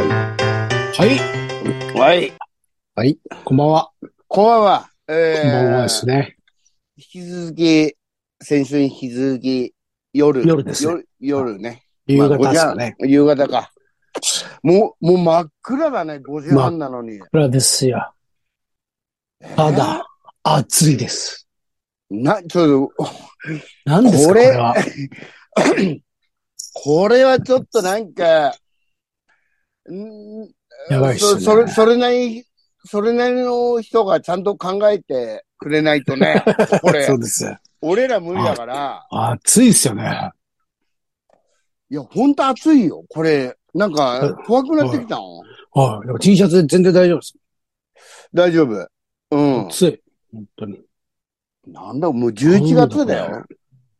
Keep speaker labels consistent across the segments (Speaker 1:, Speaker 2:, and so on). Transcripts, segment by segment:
Speaker 1: はい、
Speaker 2: はい。
Speaker 1: こんばんは。
Speaker 2: こんばんは。え
Speaker 1: こ
Speaker 2: ー
Speaker 1: んばんはですね。
Speaker 2: 引き続き、先週に引き続き、夜。
Speaker 1: 夜ですね
Speaker 2: 夜夜ね。
Speaker 1: 夕方ですかね。
Speaker 2: まあ。5時半夕方か。もう、もう真っ暗だね、5時半なのに。
Speaker 1: これはですよ。ただ、暑いです。
Speaker 2: な、ちょっと、
Speaker 1: 何ですかこ
Speaker 2: こ
Speaker 1: れ
Speaker 2: れ
Speaker 1: は。
Speaker 2: これはちょっとなんか、ん
Speaker 1: やばいっす
Speaker 2: そ
Speaker 1: ね。
Speaker 2: それ、それなり、それなりの人がちゃんと考えてくれない とね、これ
Speaker 1: そ、うです。
Speaker 2: 俺ら無理だから、
Speaker 1: 暑いですよね。
Speaker 2: いや、ほんと暑いよ、これ。なんか、怖くなってきたの
Speaker 1: はい。でも T シャツで全然大丈夫です。
Speaker 2: 大丈夫。うん。
Speaker 1: 暑い。本当に。
Speaker 2: なんだ、もう11月だ
Speaker 1: なんだ
Speaker 2: よ。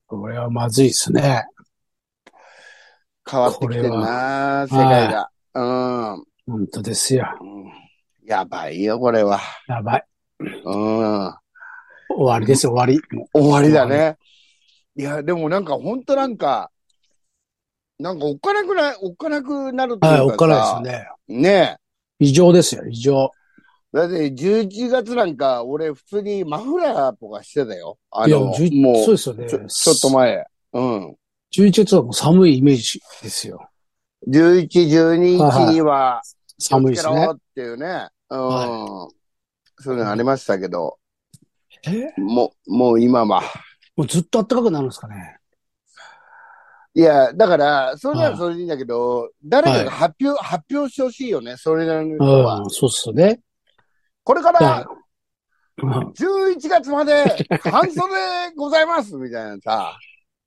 Speaker 1: これはまずいですね。
Speaker 2: 変わってきてる
Speaker 1: これ
Speaker 2: な、世界が。うん。
Speaker 1: 本当ですよ。
Speaker 2: やばいよ、これは。
Speaker 1: やばい。
Speaker 2: うん。終
Speaker 1: 終わりですよ、終わり。も
Speaker 2: わりだね。いや、でもなんか、ほんとなんか、なんか、おっかなくない、おっかなくなる
Speaker 1: う
Speaker 2: というか
Speaker 1: はい、
Speaker 2: さ。
Speaker 1: おっからですよね。
Speaker 2: ね。ね
Speaker 1: 異常ですよ、異常。
Speaker 2: え。だって、11月なんか、俺、普通にマフラーとかしてたよ。あ
Speaker 1: いや、
Speaker 2: の、
Speaker 1: もう11
Speaker 2: も
Speaker 1: そう
Speaker 2: う、
Speaker 1: ですよね。
Speaker 2: ちょちょっと前。うん。
Speaker 1: 11月はもう寒いイメージですよ。
Speaker 2: 11、12日には、
Speaker 1: 寒いです
Speaker 2: 気をつけ
Speaker 1: ね
Speaker 2: ろ。っていうね。うん。
Speaker 1: は
Speaker 2: そういうのありましたけど、
Speaker 1: え
Speaker 2: もう、もう今は。
Speaker 1: もうずっと暖かくなるんですかね。
Speaker 2: いや、だから、それなら
Speaker 1: はい
Speaker 2: それでいいんだけど、誰かが発表、発表してほしいよね、それなりの人は。
Speaker 1: うん、そうっすよね。
Speaker 2: これか
Speaker 1: は
Speaker 2: ら、
Speaker 1: うん
Speaker 2: 11月まで、半袖ございます、みたいなさ。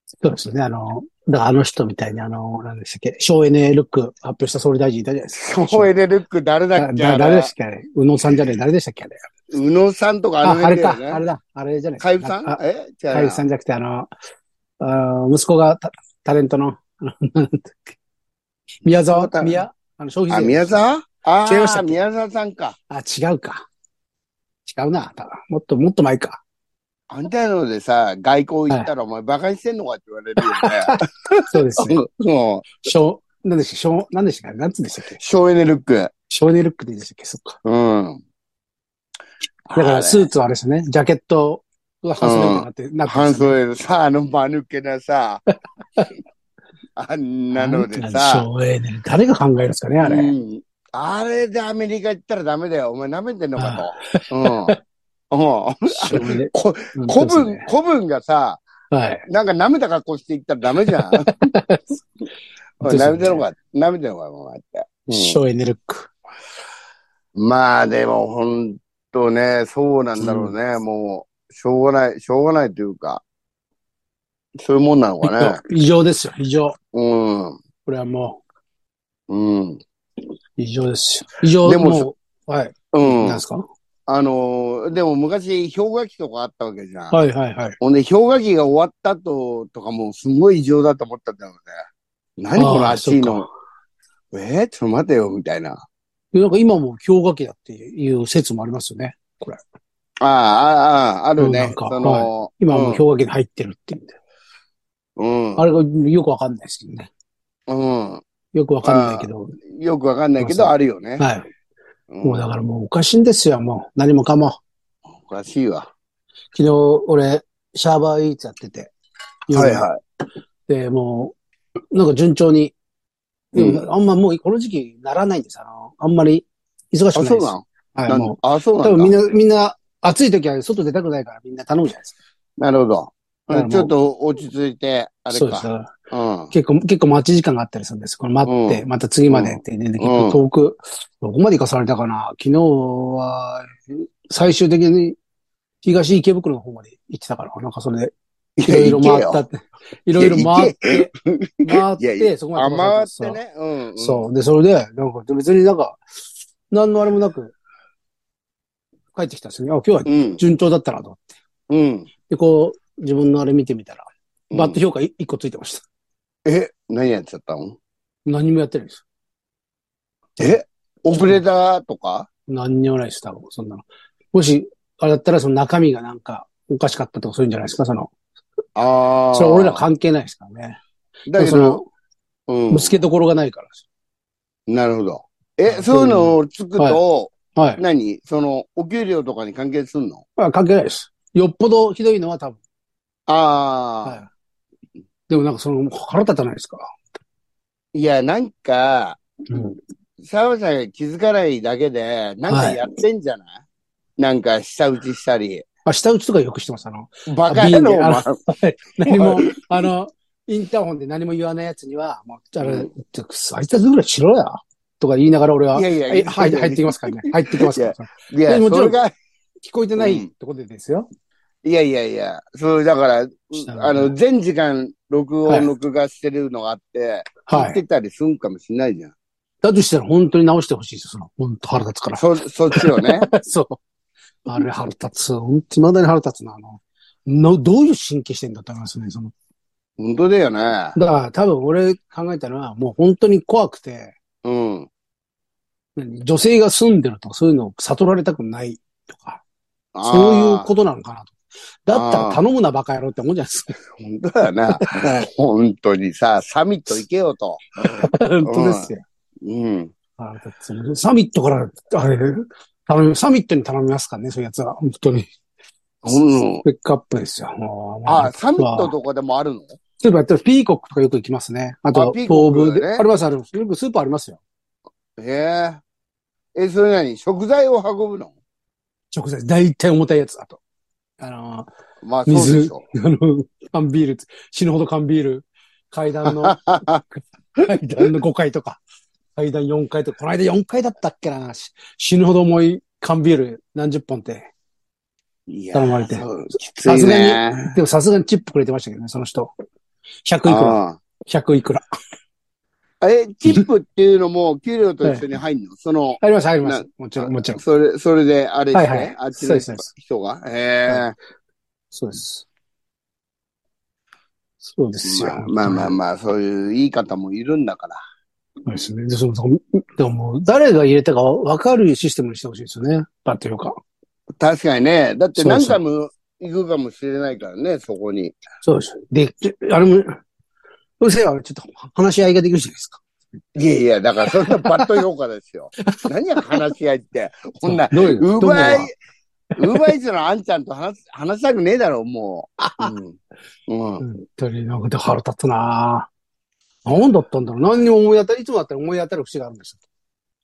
Speaker 1: そうですよね。あの、だからあの人みたいに、あの、何でしたっけ、省エネルック発表した総理大臣いたじゃないです か。
Speaker 2: 省エネルック誰だっけ
Speaker 1: だ
Speaker 2: あれ
Speaker 1: 誰でしたっけあれ宇野さんじゃねえ、誰でしたっけあれ。
Speaker 2: 宇野さんとか
Speaker 1: あ、
Speaker 2: あの
Speaker 1: あれ
Speaker 2: 辺だ
Speaker 1: か
Speaker 2: よ、
Speaker 1: あ
Speaker 2: ね。
Speaker 1: れだ、あれじゃない
Speaker 2: かゆさん
Speaker 1: あ
Speaker 2: え違う
Speaker 1: かゆさんじゃなくて、あの、あ息子がタタレントの、あのなんだっけ宮沢、宮、あの、消
Speaker 2: な。あ、
Speaker 1: 費税。
Speaker 2: 宮沢あ
Speaker 1: 違いました
Speaker 2: あ、
Speaker 1: っけ
Speaker 2: 宮沢さんか。
Speaker 1: あ、違うか。違うな、多分もっと、もっと前か。
Speaker 2: あんたのでさ、外交行ったらお前バカにしてんのかって言われるよね。
Speaker 1: そうです ね。
Speaker 2: うん
Speaker 1: 省、なんでしたっけ省、なんでしたっけなんつうんでしたっけ
Speaker 2: 省エネルック。
Speaker 1: 省エネルックでいいでしたっけそっか。
Speaker 2: うん。
Speaker 1: だからス
Speaker 2: ー
Speaker 1: ーツはあれですね、ジャケットが半袖みたいになって、なってま
Speaker 2: 半
Speaker 1: すね
Speaker 2: 袖でさ、あの間抜けなさ、あんなのでさ、
Speaker 1: 省エネ誰が考えるんですかね、あれ。
Speaker 2: うんあれでアメリカ行ったらダメだよ。お前舐めてんのかと。うん。うん。
Speaker 1: 省エネ。
Speaker 2: こ
Speaker 1: うん
Speaker 2: 古
Speaker 1: そうです
Speaker 2: 文
Speaker 1: ね、
Speaker 2: 古文がさ、
Speaker 1: はい。
Speaker 2: なんか舐めた格好して行ったらダメじゃん。お前舐めてんのか、舐めてんのか、お前って。うん
Speaker 1: 省エネルック。
Speaker 2: まあでも本当ね、そうなんだろうね。もう、しょうがない、しょうがないというか、そういうもんなのかね。
Speaker 1: 異常ですよ、異常。
Speaker 2: うん。
Speaker 1: これはも
Speaker 2: うん。
Speaker 1: う、異常ですよ。異常
Speaker 2: でも
Speaker 1: もう、はい。
Speaker 2: うん
Speaker 1: なん。ですか
Speaker 2: あのーでも昔、氷河期とかあったわけじゃん。
Speaker 1: はいはいはい。
Speaker 2: ほんで、氷河期が終わった後とかもうすごい異常だと思ったんだよね。何この
Speaker 1: あー
Speaker 2: 暑い
Speaker 1: そ
Speaker 2: の。えーちょっと待てよ、みたいな。
Speaker 1: なんか今も氷河期だっていう説もありますよね。
Speaker 2: ああ、ああ、ある
Speaker 1: うんな
Speaker 2: ね
Speaker 1: ん。か
Speaker 2: その、
Speaker 1: 今はもう氷河期に入ってるっていうんで。
Speaker 2: うん。
Speaker 1: あれがよくわかんないですけどね。
Speaker 2: うん。
Speaker 1: よくわかんないけど。
Speaker 2: よくわかんないけ
Speaker 1: そう
Speaker 2: ど、
Speaker 1: そう
Speaker 2: あるよね。
Speaker 1: はい。
Speaker 2: うん
Speaker 1: もうだからもうおかしいんですよ、もう。何もかも。
Speaker 2: おかしいわ。
Speaker 1: 昨日、俺、シャーバーイーツやってて。
Speaker 2: はいは
Speaker 1: で、もう、なんか順調に。で
Speaker 2: い。
Speaker 1: もあんまもうこの時期ならないんです。あの、あんまり忙しくない
Speaker 2: あ、
Speaker 1: です。
Speaker 2: そうなの
Speaker 1: は、
Speaker 2: ないん
Speaker 1: も。
Speaker 2: あ、そうう
Speaker 1: 多
Speaker 2: な
Speaker 1: 分みん
Speaker 2: んだ。
Speaker 1: な、みんな、暑い時は外出たくないからみんな頼むじゃないですか。
Speaker 2: なるほど
Speaker 1: だからも。う
Speaker 2: ちょっと落ち着いて、あれ
Speaker 1: そうです
Speaker 2: か。。うん。
Speaker 1: 結構、結構待ち時間があったりするんです。これ待って、
Speaker 2: う
Speaker 1: また次までって、ね、結構遠く、どこまで行かされたかな。昨日は、最終的に東池袋の方まで行ってたから、なんかそれでいろいろ回ったって、いろいろ回って、回っ
Speaker 2: いやいや
Speaker 1: て、そこま
Speaker 2: あ、
Speaker 1: で
Speaker 2: 回っ
Speaker 1: 飛ばされ
Speaker 2: て
Speaker 1: んですよ。
Speaker 2: ね。うんうん。
Speaker 1: そう。で、それで、なんか別になんか、何のあれもなく、帰ってきたんですよね。あ、今日は
Speaker 2: うん。
Speaker 1: 順調だったなと思って。
Speaker 2: うん。
Speaker 1: で、こう、自分のあれ見てみたら、
Speaker 2: うん。
Speaker 1: バット評価い一個ついてました。
Speaker 2: え、何やっちゃったの
Speaker 1: 何もやってないです。
Speaker 2: えオペレーターとか
Speaker 1: 何にもないです、多分、そんなの。もし、あれだったら、その中身がなんか、おかしかったとかそういうんじゃないですか、その。
Speaker 2: ああ。
Speaker 1: それは俺ら関係ないですからね。
Speaker 2: だけ
Speaker 1: そ
Speaker 2: ど、
Speaker 1: の、
Speaker 2: うん
Speaker 1: ぶ。つけどころがないからです。
Speaker 2: なるほど。え、そういうのをつくと、
Speaker 1: はい。
Speaker 2: 何その、お給料とかに関係すんの
Speaker 1: まあ、関係ないです。よっぽどひどいのは多分。
Speaker 2: ああ、
Speaker 1: はい。でもなんかその、腹立たないですか。
Speaker 2: い、や、なんか、
Speaker 1: うん。
Speaker 2: 澤さんが気づかないだけで、なんかやってんじゃない、なんか、舌打ちしたり。
Speaker 1: あ、下打ちとかよくしてます、あの。
Speaker 2: バカ野郎、お
Speaker 1: あ
Speaker 2: 前。
Speaker 1: 何も、あの、インターホンで何も言わないやつには、もう、あれ、くそあいつらぐらいしろや。とか言いながら俺は、
Speaker 2: いやいや
Speaker 1: はい、はい入ってきますからね。入ってきますから。
Speaker 2: いや、
Speaker 1: でもち
Speaker 2: そ
Speaker 1: ろ
Speaker 2: れ
Speaker 1: ん
Speaker 2: が、
Speaker 1: 聞こえてないってことですよ。
Speaker 2: いやいやいや、そう、だから、
Speaker 1: 下の
Speaker 2: あの、全時間録
Speaker 1: はい
Speaker 2: 音、録画してるのがあって、言
Speaker 1: は
Speaker 2: っ
Speaker 1: い。
Speaker 2: てたりすんかもしんないじゃん。
Speaker 1: だとしたら本当に直してほしいですよ。その、本当腹立つから。
Speaker 2: そ、 そっちを ね。
Speaker 1: そう。あれ腹立つ。本当未だに腹立つな、あの。の、どういう神経してんだって思いますね、その。
Speaker 2: 本当だよね。
Speaker 1: だから多分俺考えたのは、もう本当に怖くて、
Speaker 2: うん。
Speaker 1: 何女性が住んでるとかそういうのを悟られたくないとか。
Speaker 2: あー
Speaker 1: そういうことなのかなと。だったら頼むな、バカ野郎って思うじゃないですか。
Speaker 2: 本当だよな。本当にさ、サミット行けよと。
Speaker 1: 本当ですよ。
Speaker 2: うん。
Speaker 1: あだってそのサミットから、あれ、頼み、サミットに頼みますからね、そういうやつは。本当に。
Speaker 2: うん
Speaker 1: スペックアップですよ。もう
Speaker 2: あ、サミットとかでもあるの
Speaker 1: スーパーやったらピーコックとかよく行きますね。あ
Speaker 2: あ
Speaker 1: と、
Speaker 2: ピーコッ
Speaker 1: 東
Speaker 2: ク
Speaker 1: 部で。
Speaker 2: ね
Speaker 1: あります、あります。よくスーパーありますよ。
Speaker 2: へえ。え、それ何食材を運ぶの
Speaker 1: 食材、大体重たいやつ、あと。あの、
Speaker 2: まあ、そうでしょ。
Speaker 1: あの、缶ビール、死ぬほど缶ビール、階 段の、階段の5階とか、階段4階とか、この間4階だったっけな、し死ぬほど重い缶ビール何十本って。
Speaker 2: いや
Speaker 1: 頼まれて
Speaker 2: そうきついね。
Speaker 1: でもさすがにチップくれてましたけどね、その人。100いくら。
Speaker 2: あ
Speaker 1: 100いくら。
Speaker 2: あえ、チップっていうのも給料と一緒に入んのその、
Speaker 1: あります、あります。もちろん、もちろん。
Speaker 2: それ、それで、あれして、
Speaker 1: はいはい
Speaker 2: あっち
Speaker 1: そう
Speaker 2: の
Speaker 1: ですそうです
Speaker 2: 人が。へえ。
Speaker 1: そうです。そうですよ。
Speaker 2: まあまあまあまあ、そういう言い方もいるんだから。
Speaker 1: そうですね。で、その、そのでももう、誰が入れたかわかるシステムにしてほしいですよね。バッというか。
Speaker 2: 確かにね。だって
Speaker 1: そう
Speaker 2: 何
Speaker 1: そう
Speaker 2: 回も行くかもしれないからね、そこに。
Speaker 1: そうです。で、ちょあれも、うるせえわ、ちょっと話し合いができるじゃないですか。
Speaker 2: いやいや、だからそんなバッド評価です よ。何や話し合いって。こんな、
Speaker 1: どういうどんな
Speaker 2: う
Speaker 1: の
Speaker 2: ば
Speaker 1: が
Speaker 2: い、うばいつのあんちゃんと話 す、話したくねえだろ、もう。うん。うん。
Speaker 1: 本当になんか腹立つなぁ。何だったんだろう何にも思い当たり、いつもだったら思い当たる節があるんですよ。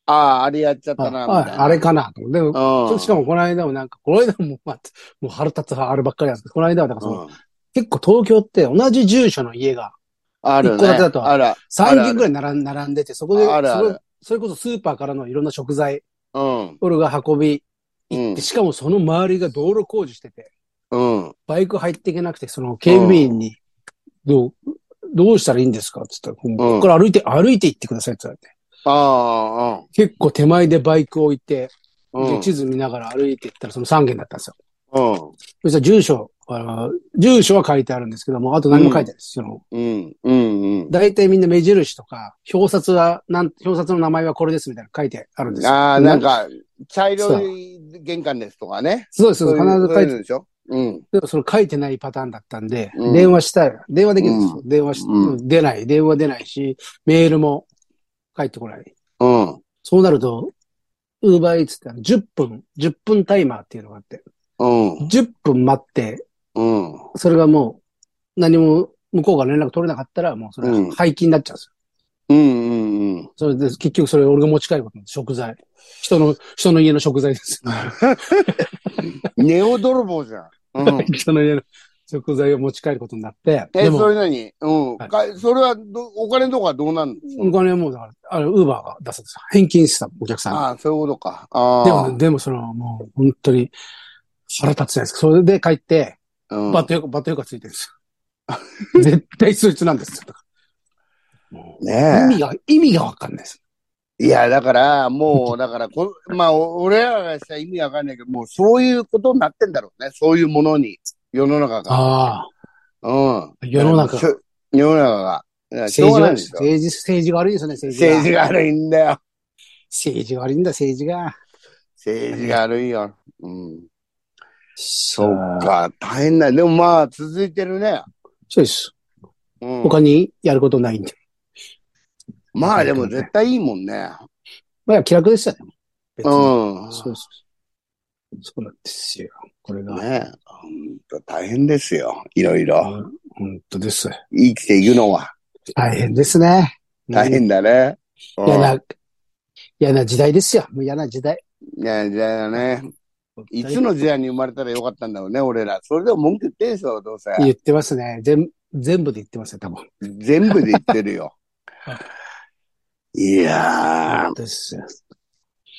Speaker 2: ああ、あれやっちゃっ
Speaker 1: あ
Speaker 2: たな、みたいな。
Speaker 1: あれかなと思って。でも
Speaker 2: うん。
Speaker 1: しかもこの間もなんか、この間も、まあ、もう腹立つあればっかりなんですけど、この間はだからその、
Speaker 2: うん
Speaker 1: 結構東京って同じ住所の家が
Speaker 2: ある
Speaker 1: 一戸建て
Speaker 2: ね。
Speaker 1: だと
Speaker 2: あら。ある
Speaker 1: 3
Speaker 2: あ
Speaker 1: 軒
Speaker 2: る
Speaker 1: くらい並ん並んでて、そこで、
Speaker 2: あるある
Speaker 1: それそれこそスーパーからのいろんな食材、
Speaker 2: うん。
Speaker 1: 俺が運び、
Speaker 2: うん
Speaker 1: で。しかもその周りが道路工事してて、
Speaker 2: うん。
Speaker 1: バイク入っていけなくて、その警備員に、どう、どうしたらいいんですかって言ったら、ここから歩いて、歩いて行ってくださいって言われて。
Speaker 2: ああ、
Speaker 1: 結構手前でバイク置いて、
Speaker 2: うん。う
Speaker 1: で
Speaker 2: ん。
Speaker 1: 地図見ながら歩いていったらその3軒だったんですよ。
Speaker 2: うん。
Speaker 1: そしたら住所、あの住所は書いてあるんですけども、あと何も書いてないです。その、
Speaker 2: うん。うん。
Speaker 1: 大体みんな目印とか、表札は、なん、表札の名前はこれですみたいなの書いてあるんですよ。
Speaker 2: ああ、なんか、茶色い玄関ですとかね。
Speaker 1: そうです、
Speaker 2: そ
Speaker 1: そうう
Speaker 2: い
Speaker 1: です必ず
Speaker 2: う
Speaker 1: 書い
Speaker 2: そういう
Speaker 1: て、
Speaker 2: のでしょうん。
Speaker 1: でもそれ書いてないパターンだったんで、
Speaker 2: うん
Speaker 1: 電話したら、電話できるんですよ。電話し、
Speaker 2: うん
Speaker 1: うん出ない、電話出ないし、メールも返ってこない。
Speaker 2: うん。
Speaker 1: そうなると、ウーバーイーツってあの10分、10分タイマーっていうのがあって、
Speaker 2: うん。
Speaker 1: 10分待って、
Speaker 2: うん。
Speaker 1: それがもう、何も、向こうが連絡取れなかったら、もうそれ
Speaker 2: うん
Speaker 1: は廃棄になっちゃうんですよ。
Speaker 2: うん。うん。うん。
Speaker 1: それで、結局それ俺が持ち帰ることになる食材。人の、人の家の食材 です。
Speaker 2: ネオ泥棒じゃん。うん。
Speaker 1: 人の家の食材を持ち帰ることになって、
Speaker 2: え、
Speaker 1: で
Speaker 2: そ
Speaker 1: も、
Speaker 2: れ何うん。
Speaker 1: はい
Speaker 2: かそれはど、お金とかどうなん
Speaker 1: お
Speaker 2: の
Speaker 1: 金はもうだから、あの、ウーバーが出すんですよ。返金したお客さんに。
Speaker 2: ああ、そういうことか。あ
Speaker 1: で
Speaker 2: あ。
Speaker 1: も、でもその、もう、本当に、腹立つじゃないですか。それで帰って、
Speaker 2: うん
Speaker 1: バットよく、バットよくついてるんですよ。 絶対そいつなんですよ。だからもう意
Speaker 2: ね
Speaker 1: 味が、意味がわかんないです。
Speaker 2: え。いや、だから、もう、だからこ、 まあ、お俺らがしたら意味わかんないけど、もうそういうことになってんだろうね。そういうものに、世の中が。
Speaker 1: あ
Speaker 2: うん。
Speaker 1: あ、世の中
Speaker 2: しょ。世の中が。いやしょ
Speaker 1: 政治
Speaker 2: うがない
Speaker 1: が、
Speaker 2: んですよ。
Speaker 1: 政治、政治が悪いですよね、政治が。
Speaker 2: 政治が悪いんだよ。
Speaker 1: 政治が悪いんだ、政治が。
Speaker 2: 政治が悪いよ。うん。
Speaker 1: そ
Speaker 2: そっ。か、大変だ。でもまあ、続いてるね。
Speaker 1: そうです。
Speaker 2: うん。
Speaker 1: 他にやることないんで。
Speaker 2: まあ、でも絶対いいもんね。
Speaker 1: まあ、気楽でしたね。別に
Speaker 2: うん。
Speaker 1: そうそうそう。そうなんですよ。これが。
Speaker 2: ねほんと大変ですよ。いろいろ。
Speaker 1: 本当です。
Speaker 2: 生きていくのは
Speaker 1: 大変ですね。
Speaker 2: 大変だね。
Speaker 1: うん。
Speaker 2: う
Speaker 1: 嫌
Speaker 2: ん
Speaker 1: な、嫌な時代ですよ。もう嫌な時代。
Speaker 2: いや、じゃあね、いつの時代に生まれたらよかったんだろうね、俺ら。それでも文句言ってんでしょ、どうせ。
Speaker 1: 言ってますね。全、全部で言ってますよ、多分。
Speaker 2: 全部で言って るよ。いや
Speaker 1: 本当ですよ。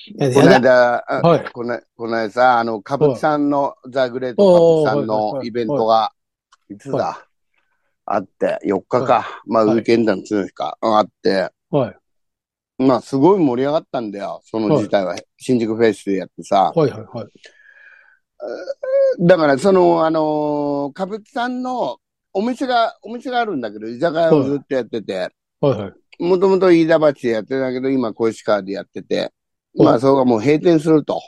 Speaker 1: い
Speaker 2: ー、
Speaker 1: や
Speaker 2: この
Speaker 1: 嫌だ。
Speaker 2: 間、あ
Speaker 1: はい
Speaker 2: このこの間さ、あの、歌舞伎さんの、ザ・グレート歌舞伎さ
Speaker 1: おー
Speaker 2: ん
Speaker 1: はいはいは
Speaker 2: の
Speaker 1: い
Speaker 2: イベントが、いつだあって、4日か。まあ、
Speaker 1: はい
Speaker 2: ウィーケンダンつうんですか。うんあって、
Speaker 1: はい。
Speaker 2: まあ、すごい盛り上がったんだよ、その自体は。新宿フェイスでやってさ。
Speaker 1: はいはいはい。
Speaker 2: だから、その、あのー歌舞伎さんのお店が、お店があるんだけど、居酒屋をずっとやってて、
Speaker 1: はいはい。
Speaker 2: もともと飯田橋でやってたけど、今、小石川でやってて、
Speaker 1: うん
Speaker 2: まあ、それがもう閉店すると。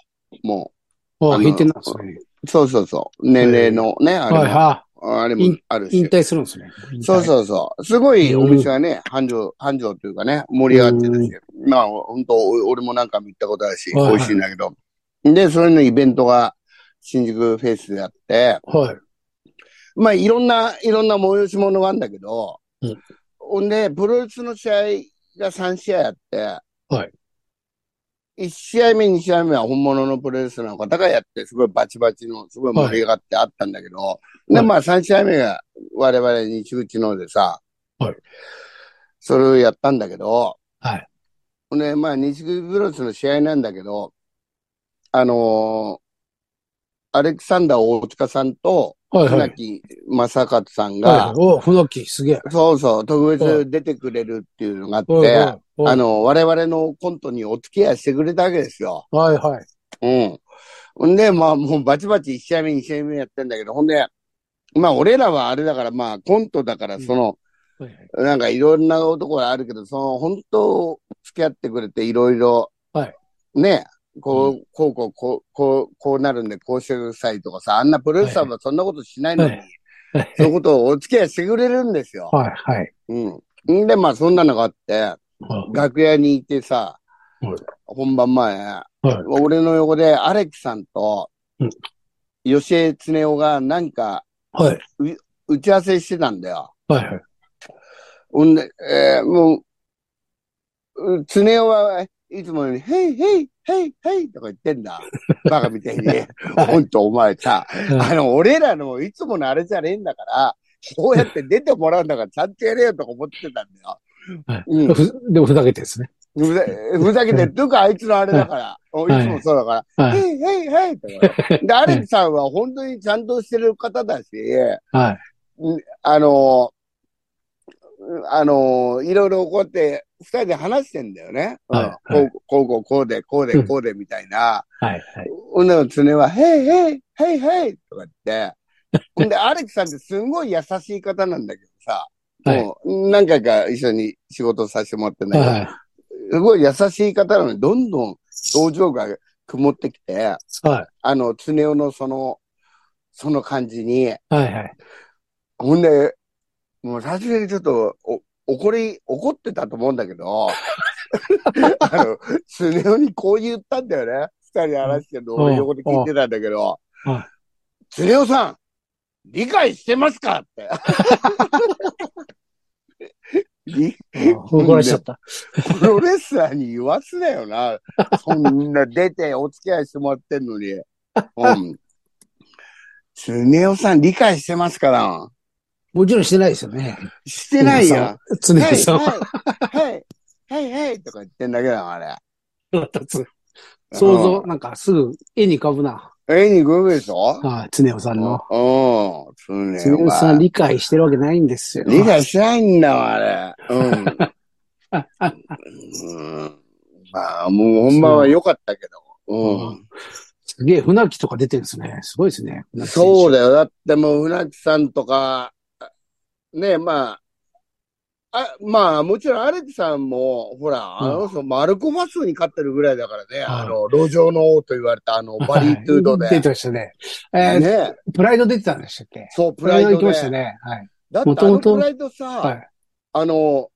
Speaker 2: も
Speaker 1: あ
Speaker 2: あ
Speaker 1: あ、
Speaker 2: の
Speaker 1: 引いてんなんですね。
Speaker 2: う、そうそうそう。年齢のね、あれ
Speaker 1: はい
Speaker 2: も、
Speaker 1: は
Speaker 2: あれもある
Speaker 1: い。引
Speaker 2: し。
Speaker 1: 退するんですね。
Speaker 2: そう
Speaker 1: う。
Speaker 2: そうそう。すごいお店がね、繁盛、繁盛というかね、盛り上がってるし、まあ、本当俺もなんかも行ったことあるし、
Speaker 1: はいはい
Speaker 2: 美味しいんだけど。で、それのイベントが、新宿フェイスでやって、
Speaker 1: はい。
Speaker 2: まあ、いろんな、いろんな催し物があるんだけど、
Speaker 1: うん
Speaker 2: ほんで、プロレスの試合が3試合あって、。
Speaker 1: はい
Speaker 2: 1試合目、2試合目は本物のプロレスの方がやって、すごいバチバチの、すごい盛り上がってあったんだけど、
Speaker 1: い
Speaker 2: で、まあ、3試合目が我々西口のでさ、
Speaker 1: はい。
Speaker 2: それをやったんだけど、
Speaker 1: はい。
Speaker 2: ほんで、まあ、西口プロレスの試合なんだけど、あのーアレクサンダー大塚さんと、
Speaker 1: はいは
Speaker 2: 船
Speaker 1: い。
Speaker 2: 木正勝さん
Speaker 1: はい
Speaker 2: が、、
Speaker 1: お船木、すげえ。
Speaker 2: そうそう、特
Speaker 1: は
Speaker 2: 別出てくれるっていうのがあっ
Speaker 1: はい
Speaker 2: て、
Speaker 1: はい
Speaker 2: あの、我々のコントにお付き合いしてくれたわけですよ。
Speaker 1: はいはい。
Speaker 2: うん。ほんで、まあ、もうバチバチ1試合目、2試合目やってんだけど、ほんで、まあ、俺らはあれだから、まあ、コントだから、その、
Speaker 1: はいはい
Speaker 2: なんかいろんな男があるけど、その、本当、付き合ってくれて、いろいろ、
Speaker 1: はい
Speaker 2: ね、こう、こう、こう、こう、こう、こうなるんで、こうしてくださいとかさ、あんなプロレスさんはそんなことしないのに、
Speaker 1: はいはい
Speaker 2: そういうことをお付き合いしてくれるんですよ。
Speaker 1: はいはい。
Speaker 2: うん。んで、まあ、そんなのがあって、
Speaker 1: はい
Speaker 2: 楽屋にいてさ、
Speaker 1: はい
Speaker 2: 本番前、
Speaker 1: はい
Speaker 2: 俺の横で、アレキさんと
Speaker 1: うん、
Speaker 2: 吉江恒夫がなんか、
Speaker 1: はい
Speaker 2: 打ち合わせしてたんだよ。
Speaker 1: はいはい。
Speaker 2: ほんで、えーもう、う恒夫はいつもより、ヘイヘイヘイヘイとか言ってんだ。バカみたいに。ほんと、お前さ、あの、俺らのいつものあれじゃねえんだから、こうやって出てもらうんだから、ちゃんとやれよとか思ってたんだよ。
Speaker 1: はい
Speaker 2: うん
Speaker 1: ふでもふざけてですね。
Speaker 2: ふざふざけて、とかあいつのあれだから、おい
Speaker 1: はい
Speaker 2: つもそうだか
Speaker 1: は
Speaker 2: ら、
Speaker 1: い。
Speaker 2: へいへいへいって。で、アレクさんは本当にちゃんとしてる方だし、
Speaker 1: はい。
Speaker 2: あの、うんあの、いろいろこうやって二人で話してんだよね。
Speaker 1: は
Speaker 2: う
Speaker 1: い
Speaker 2: んこう、こう、こう、こうで、こう
Speaker 1: う
Speaker 2: で、
Speaker 1: ん
Speaker 2: こうで、みたいな。
Speaker 1: はい。
Speaker 2: 女の常は、へいへい、へいへいとか言って。ほんで、アレクさんってすんごい優しい方なんだけどさ、
Speaker 1: はい。
Speaker 2: もう何回か一緒に仕事させてもらってんだけど、
Speaker 1: はい。
Speaker 2: すごい優しい方なのに、どんどん表情が曇ってきて、
Speaker 1: はい。
Speaker 2: あの、常雄のその、その感じに、
Speaker 1: はい。はい。
Speaker 2: ほんで、もう最初にちょっと、お、怒り、怒ってたと思うんだけ ど、あの、常雄にこう言ったんだよね。二人話してるの、
Speaker 1: うん
Speaker 2: 俺横で聞いてたんだけど
Speaker 1: うんはい、
Speaker 2: 常雄さん、理解してますか って。理
Speaker 1: 怒らしちゃった。
Speaker 2: プロレスラーに言わすなよ な。そんな出てお付き合いしてもらってんのに。うん。スネ夫さん理解してますから。
Speaker 1: もちろんしてないですよね。
Speaker 2: してないや
Speaker 1: 常
Speaker 2: ん。
Speaker 1: に
Speaker 2: はい、
Speaker 1: さんは。
Speaker 2: はい、はい、はい、はい、とか言ってんだけど、あれ。
Speaker 1: 想像、なんかすぐ絵に浮かぶな。
Speaker 2: うん。絵にグーでしょ
Speaker 1: はい。常夫さんの。
Speaker 2: うん。スネ
Speaker 1: 常
Speaker 2: 夫
Speaker 1: 夫
Speaker 2: は
Speaker 1: さん理解してるわけないんですよ。
Speaker 2: 理解しないんだわ、あれ。 うん。うん、まあ、もう本番は良かったけど。うん。
Speaker 1: すげえ、船木とか出てるんですね。すごいですね。
Speaker 2: そう
Speaker 1: だ。
Speaker 2: だよ。だってもう、船木さんとか、ねまあ、あ、まあ、もちろん、アレキさんも、ほら、あの人、マルコ・マスに勝ってるぐらいだからね、あの、路上の王と言われた、あの、バリー・トゥード
Speaker 1: 出
Speaker 2: で。
Speaker 1: てましたね。えー、
Speaker 2: ね
Speaker 1: プライド出てたんでしたっけ
Speaker 2: そう、プ
Speaker 1: プ
Speaker 2: ラ
Speaker 1: ライ
Speaker 2: イ
Speaker 1: ド行
Speaker 2: ド
Speaker 1: き
Speaker 2: で。
Speaker 1: ましたね。はい。
Speaker 2: だって、あ
Speaker 1: 元
Speaker 2: の
Speaker 1: 々
Speaker 2: プライドさ、
Speaker 1: はい。
Speaker 2: あの、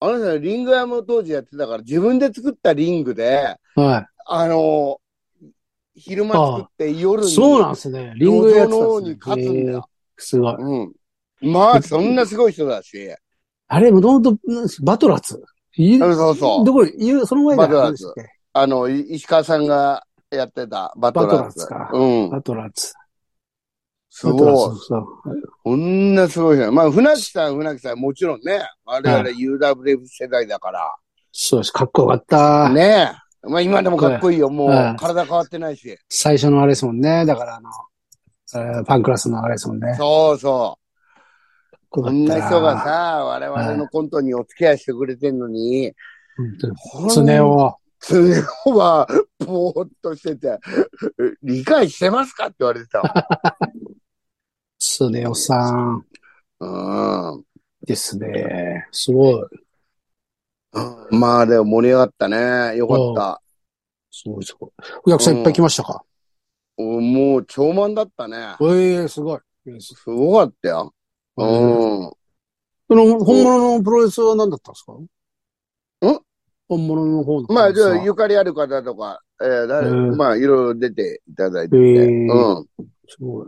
Speaker 2: あのさ、リング屋も当時やってたから、自分で作ったリングで、
Speaker 1: は
Speaker 2: あの、昼間作って夜
Speaker 1: い。
Speaker 2: に、
Speaker 1: そうなんですね。リングやってた
Speaker 2: 土
Speaker 1: ん
Speaker 2: 壌の王
Speaker 1: ですね
Speaker 2: に勝つんだ
Speaker 1: へーすごい。
Speaker 2: うん。まあ、そんなすごい人だし。
Speaker 1: あれ、もともと、なんですバトラツ。い
Speaker 2: そうそうそう
Speaker 1: どこ、いうその前
Speaker 2: バトラ
Speaker 1: 何
Speaker 2: ツ
Speaker 1: でしたっ
Speaker 2: あの、い石川さんがやってたバトラ
Speaker 1: バトラ
Speaker 2: ーズ。
Speaker 1: ーズか
Speaker 2: うん
Speaker 1: け。バトラツ。
Speaker 2: す
Speaker 1: バトラ
Speaker 2: ごい。
Speaker 1: ツ。そう
Speaker 2: こんなすごいじゃない。まあ、船木さん、船木さん、もちろんね、我々 UWF 世代だか
Speaker 1: そうです。かっこよかっ
Speaker 2: ら。
Speaker 1: た。
Speaker 2: ねえ。まあ、今でもかっこいいよ。もう
Speaker 1: はい、
Speaker 2: 体変わってないし。
Speaker 1: 最初のあれですもんね。だから、あの、えーパンクラスのあれですもんね。
Speaker 2: そうそう。
Speaker 1: こ
Speaker 2: こんな人が、さ、我々のコントにお付き合いしてくれてんのに、
Speaker 1: 本当に
Speaker 2: ほん
Speaker 1: スネ。夫。
Speaker 2: つねおは、ぼーっとしてて、理解してますかって言われてたわ。
Speaker 1: スネ夫さん
Speaker 2: うん。
Speaker 1: ですね。すごい。
Speaker 2: まあ、でも盛り上がったね。よかった。
Speaker 1: すごいすごい。お客さんいっぱい来ましたか、
Speaker 2: おもう、超満だったね。
Speaker 1: ええすごい。
Speaker 2: すごかったよ。うん。
Speaker 1: その、本物のプロレスは何だったんですか
Speaker 2: ん
Speaker 1: 本物の方のプ
Speaker 2: ま
Speaker 1: ロ
Speaker 2: あ、
Speaker 1: レス
Speaker 2: じゃ
Speaker 1: は。
Speaker 2: あ、ゆかりある方とか、えー誰
Speaker 1: うん
Speaker 2: まあ、いろいろ出ていただいてて。
Speaker 1: へー
Speaker 2: う
Speaker 1: すごい。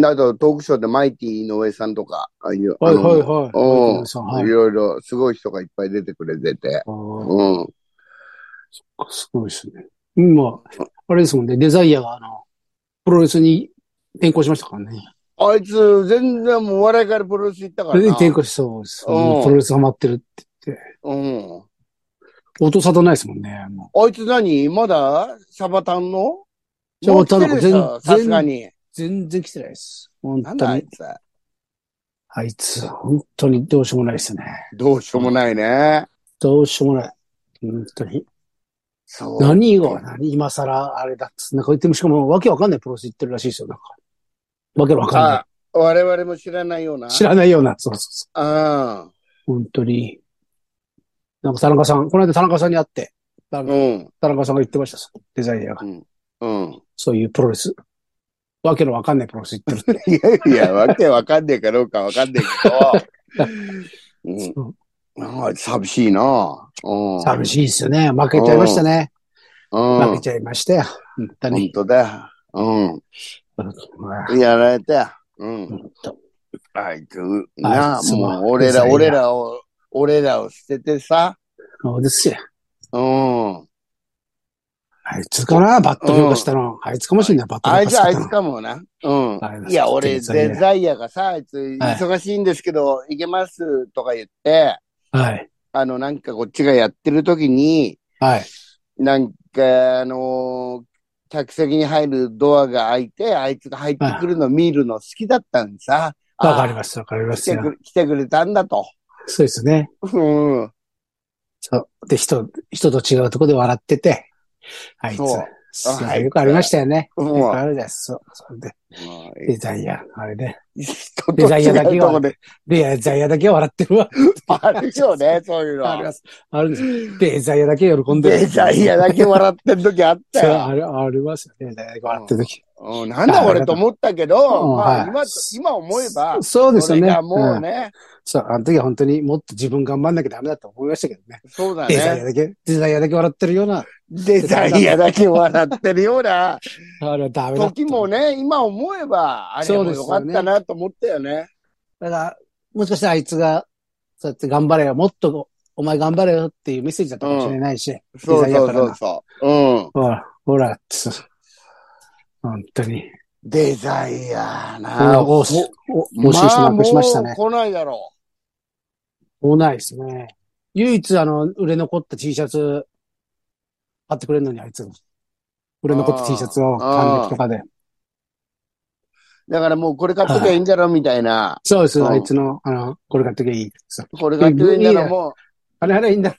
Speaker 2: ん。あと、トークショーでマイティ井上さんとか、ああいう、
Speaker 1: はいはい
Speaker 2: あ
Speaker 1: はい。
Speaker 2: うん
Speaker 1: うん。さん、
Speaker 2: の
Speaker 1: はい
Speaker 2: い。ろいろ、すごい人がいっぱい出てくれてて。
Speaker 1: あー
Speaker 2: うん。
Speaker 1: すごいですね。今、あれですもんね、デザイアがあの、プロレスに転校しましたからね。
Speaker 2: あいつ、全然もう、笑いからプロレス行ったからな。
Speaker 1: 転校しそうです。
Speaker 2: うん
Speaker 1: プロレスハマってるって言って。
Speaker 2: うん。
Speaker 1: 音沙汰ないですもんね。もう
Speaker 2: あいつ何まだサバタンの
Speaker 1: サバタンの
Speaker 2: もう来て
Speaker 1: 全
Speaker 2: るでしょ
Speaker 1: 然
Speaker 2: さすがに。
Speaker 1: 全然来てないです。本
Speaker 2: なんだ
Speaker 1: 当
Speaker 2: あ
Speaker 1: に
Speaker 2: い。つ。
Speaker 1: あいつ、本当にどうしようもないですね。
Speaker 2: どうしようもないね。
Speaker 1: どうしようもない。本当に。
Speaker 2: そう。
Speaker 1: 何が、何今更、あれだっつ。なんか言っても、しかも、わけわかんないプロレス言ってるらしいですよ、なんか。わけわかんな
Speaker 2: あ我々も知らないような。
Speaker 1: い。知らないような、そうそうそ
Speaker 2: うん。
Speaker 1: う。本当に。なんか田中さん、この間田中さんに会って、
Speaker 2: うん。
Speaker 1: 田中さんが言ってました、そうデザイナーが。
Speaker 2: うん。
Speaker 1: そういうプロレス。わけのわかんないプロレス言ってるって。
Speaker 2: いやいや、わけわかんねえかどうかわかんねえけど。
Speaker 1: そう
Speaker 2: うん。なんか寂しいな。うん。
Speaker 1: 寂しいですよね。負けちゃいましたね。
Speaker 2: うん。
Speaker 1: 負けちゃいましたよ。本当
Speaker 2: 本
Speaker 1: に。
Speaker 2: 当だよ。うん。やられたよ。うん。
Speaker 1: 本当
Speaker 2: あいつ、な
Speaker 1: あ
Speaker 2: あ、
Speaker 1: いつは
Speaker 2: もう、俺
Speaker 1: うざ
Speaker 2: ら、
Speaker 1: いな
Speaker 2: 俺らを、俺らを捨ててさ、
Speaker 1: そうですよ。
Speaker 2: うん。
Speaker 1: あいつかな、バット評価したの。あいつかもしれない、バット評
Speaker 2: あい
Speaker 1: 価し
Speaker 2: つ、あい
Speaker 1: た
Speaker 2: つ
Speaker 1: の。
Speaker 2: かもな。うん
Speaker 1: あい。つ
Speaker 2: いや、
Speaker 1: デ
Speaker 2: 俺、
Speaker 1: ザイア
Speaker 2: デザイアがさ、あいつ、
Speaker 1: はい
Speaker 2: 忙しいんですけど、行けますとか言って、
Speaker 1: はい。
Speaker 2: あの、なんかこっちがやってる時に、
Speaker 1: はい。
Speaker 2: なんか、あのー客席に入るドアが開いて、あいつが入ってくるの見るの好きだったんさ。
Speaker 1: わかり
Speaker 2: す。
Speaker 1: ました、わかりま
Speaker 2: 来
Speaker 1: す
Speaker 2: て
Speaker 1: よ
Speaker 2: く。れ、来てくれたんだと。
Speaker 1: そうですね。
Speaker 2: うん。
Speaker 1: そう。で、人、人と違うとこで笑ってて、あいつ。
Speaker 2: そう
Speaker 1: そう
Speaker 2: あいつ
Speaker 1: よくありましたよね。
Speaker 2: うん
Speaker 1: よくあるです。そう。それで、デザイア、あれね。
Speaker 2: 人と
Speaker 1: デザイアだ
Speaker 2: 違
Speaker 1: け
Speaker 2: う
Speaker 1: は
Speaker 2: とこで。
Speaker 1: で、デザイアだけ笑ってるわ。
Speaker 2: ある よね、そういうの
Speaker 1: あり
Speaker 2: は。
Speaker 1: ます。あるんです。デザイアだけ喜んでる。
Speaker 2: デザイアだけ笑ってる時あっ
Speaker 1: そ
Speaker 2: た
Speaker 1: う
Speaker 2: よ。
Speaker 1: ある、ありますよね。デザイアだけ笑ってる時。
Speaker 2: うん、なんだ俺と思ったけ
Speaker 1: う
Speaker 2: ど、
Speaker 1: ん
Speaker 2: まあ
Speaker 1: はい
Speaker 2: 今と、今思えば、
Speaker 1: そうですよ
Speaker 2: それ
Speaker 1: ね。
Speaker 2: がもうね、
Speaker 1: うんそう、あの時は本当にもっと自分頑張んなきゃダメだと思いましたけどね。
Speaker 2: そうだ
Speaker 1: デザイア
Speaker 2: ね。
Speaker 1: だけ、デザイアだけ笑ってるような、
Speaker 2: デザイアだけ 笑ってるような
Speaker 1: あれはダメだと。
Speaker 2: 時もね、今思えば、あれもよかったなと思ったよね。
Speaker 1: だから、もしかしたらあいつが、そうやって頑張れよ、もっとお前頑張れよっていうメッセージだったかもしれないし、
Speaker 2: そう
Speaker 1: デザイア
Speaker 2: そう
Speaker 1: か
Speaker 2: そ
Speaker 1: ら
Speaker 2: う
Speaker 1: な
Speaker 2: そう。うん。
Speaker 1: ほら、ほら、つ、本当に。
Speaker 2: デザイアな
Speaker 1: あ、お、お、募集してなくしました
Speaker 2: まあ
Speaker 1: ね。
Speaker 2: もう来ないだろ
Speaker 1: もうないですね。唯一、あの、売れ残った T シャツ、買ってくれるのに、あいつ。売れ残った T シャツを、還暦とかで。
Speaker 2: う。だからもうこれ買っときゃいいんだろみたいな。
Speaker 1: そうです、
Speaker 2: うん
Speaker 1: あいつの、あの、これ買ってけばいい。そう
Speaker 2: これ買ってくいいんだろも
Speaker 1: 金払いいんだ。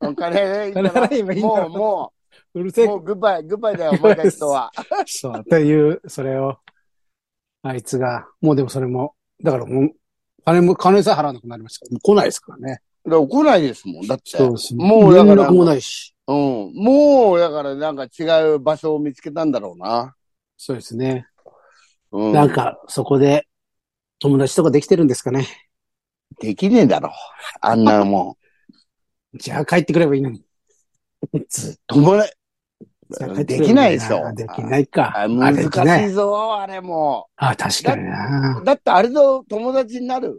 Speaker 2: う。お金いいんだ
Speaker 1: 金
Speaker 2: ろ
Speaker 1: 払えばいいんだ
Speaker 2: もう、も
Speaker 1: うるせ
Speaker 2: う、
Speaker 1: え
Speaker 2: も。うグッバイ、グッバイだよ、お前たちとは。
Speaker 1: そう、という、それを、あいつが、もうでもそれも、だからもう、金も、金さえ払わなくなりましたから、もう来ないですからね。
Speaker 2: だから来ないですもん。だって。
Speaker 1: そうですね。
Speaker 2: もうだから
Speaker 1: 連絡もないし。
Speaker 2: うん。もう、だからなんか違う場所を見つけたんだろうな。
Speaker 1: そうですね。
Speaker 2: うん。
Speaker 1: なんか、そこで、友達とかできてるんですかね。
Speaker 2: できねえだろ。あんなも
Speaker 1: じゃあ帰ってくればいいのに。
Speaker 2: ずっともら
Speaker 1: じゃあ帰
Speaker 2: え、
Speaker 1: って
Speaker 2: で
Speaker 1: くれ
Speaker 2: き
Speaker 1: ば
Speaker 2: ないでしょ
Speaker 1: な。できないか。
Speaker 2: あ
Speaker 1: あ
Speaker 2: 難
Speaker 1: できな
Speaker 2: しい
Speaker 1: い。
Speaker 2: ぞ、あれも。
Speaker 1: あ、確かにな。
Speaker 2: だってあれと友達になる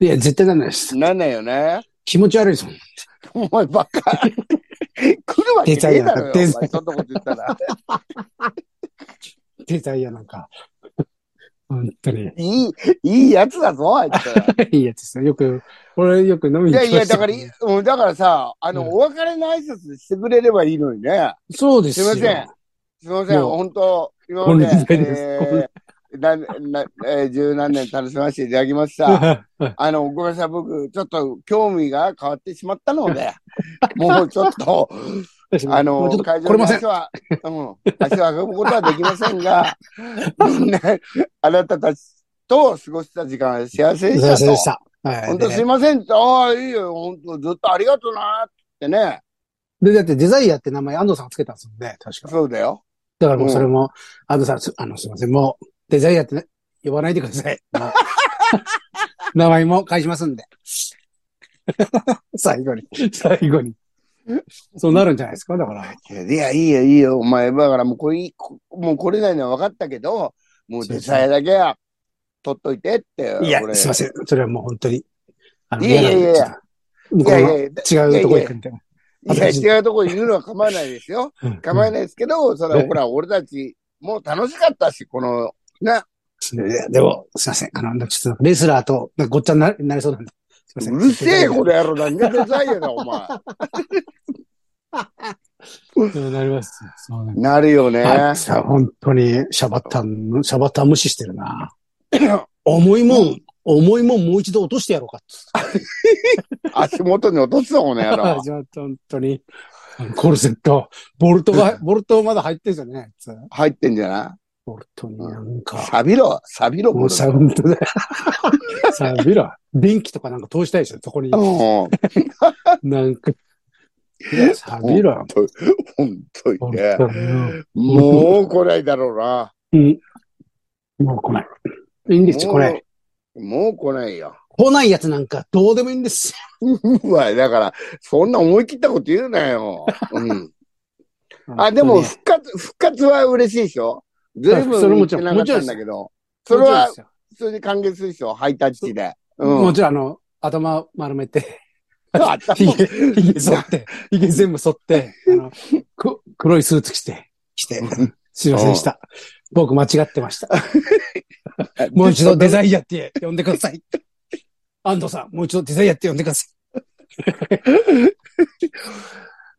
Speaker 1: いや、絶対なんないです。
Speaker 2: なんないよね。
Speaker 1: 気持ち悪いですもん。
Speaker 2: お前バカ。来るわけねえだろよ。お
Speaker 1: デ
Speaker 2: 前
Speaker 1: ザイン
Speaker 2: そんなこと言ったら。
Speaker 1: デザイアなんか。 本当に。
Speaker 2: いい、いいやつだぞ、あいつ。
Speaker 1: いいやつですよ。よく、俺よく飲みに
Speaker 2: いや
Speaker 1: 行き
Speaker 2: いや、
Speaker 1: まし
Speaker 2: だ
Speaker 1: た
Speaker 2: か
Speaker 1: もん
Speaker 2: ら
Speaker 1: ね、
Speaker 2: うんだからさ、あの、
Speaker 1: うん
Speaker 2: お別れの挨拶してくれればいいのにね。
Speaker 1: そうです
Speaker 2: すい
Speaker 1: よ。
Speaker 2: ません。。 すいません、
Speaker 1: もう
Speaker 2: 本当今ま
Speaker 1: ごめんなさ
Speaker 2: で、
Speaker 1: いです
Speaker 2: えー、な、な、えー十何年楽しませていただきました。あの、ごめんなさい、僕、ちょっと興味が変わってしまった ので、もうちょっと、あ
Speaker 1: もう
Speaker 2: の
Speaker 1: ちょっ、と
Speaker 2: 会
Speaker 1: これ
Speaker 2: 場に
Speaker 1: ません
Speaker 2: 足。は、うん、足を運ぶことはできませんが、 みんな、あなたたちと過ごした時間は幸せで
Speaker 1: すい
Speaker 2: した
Speaker 1: ません
Speaker 2: と
Speaker 1: でし。た。はい
Speaker 2: 本当
Speaker 1: です
Speaker 2: いませんって、ああ、いいよ、本当ずっとありがとうなってね。
Speaker 1: で、だってデザイアって名前安藤さんがつけたんですもんね、確か。
Speaker 2: そうだよ。
Speaker 1: だからもうそれも、安藤さんす、あの、すいません、もう、デザイアってね、呼ばないでください。もう 名前も返しますんで。最後に、最後に。そうなるんじゃないですか、だから。
Speaker 2: いや、いいよ、いいよ、お前、だからもうこれ、こもう来れないのは分かったけど、もうデザインだけは取っといてって。
Speaker 1: いや、
Speaker 2: 俺
Speaker 1: すいません、それはもう本当に。あの
Speaker 2: いやいやいやいや。
Speaker 1: 向こ
Speaker 2: いやいやいや
Speaker 1: うの違うとこ行くみたいな。
Speaker 2: いや、違うとこ言うのは構わないで すよ。
Speaker 1: うん
Speaker 2: 構わないですけど、それはほら、俺たち、もう楽しかったし、この、ね、
Speaker 1: いやでも、すいません。あの、ちょっと、レスラーと、なんかごっちゃにななりそうなんで。すいません。
Speaker 2: うるせえ、この野郎、何がデザイン やな、お前。
Speaker 1: そうなります。そうなり
Speaker 2: なるよね。
Speaker 1: ます。さあ、本当に、シャバタン、シャバタン無視してるな。 重いもん、重いもんもう一度落としてやろうかっつって。
Speaker 2: 足元に落とすぞ、この 野郎。
Speaker 1: じゃあ、本当に。コルセット、ボルトが、ボルトまだ入ってるんですよね、あいつ
Speaker 2: 入ってんじゃな
Speaker 1: ボルトになんか
Speaker 2: い。錆びろ、錆びろ、
Speaker 1: もうサウンドだ。サビラ。電気とかなんか通したいでしょ、そこ に
Speaker 2: う。ん
Speaker 1: なんか。いやサビラ。
Speaker 2: 本当に
Speaker 1: 本
Speaker 2: ね。
Speaker 1: 当に
Speaker 2: もう来ないだろうな。
Speaker 1: うん。もう来ない。いいんですよ、これ。
Speaker 2: もう来ないよ。
Speaker 1: 来ないやつなんかどうでもいいんです
Speaker 2: うわ、だから、そんな思い切ったこと言うなよ。うん。
Speaker 1: よ。
Speaker 2: あ、でも
Speaker 1: 本
Speaker 2: 復活、復活は嬉しいでしょずいぶ
Speaker 1: それ
Speaker 2: ん
Speaker 1: も
Speaker 2: 言っ
Speaker 1: ち
Speaker 2: て
Speaker 1: ろん
Speaker 2: なかったんだけど。そ
Speaker 1: 当
Speaker 2: れ
Speaker 1: に
Speaker 2: は、、
Speaker 1: そう
Speaker 2: 普通に歓迎するでしょハイタッチで。
Speaker 1: ですよ
Speaker 2: う
Speaker 1: も
Speaker 2: ん。
Speaker 1: ちろん、あの、頭丸めて、
Speaker 2: あった
Speaker 1: ひげ、ひげ剃って、 ひげ全部剃って、あの、こ黒いスーツ着て、着て、 すいませんでした。僕間違ってました。 もう一度デザイアって呼んでください。安藤さん、もう一度デザイアって呼んでください。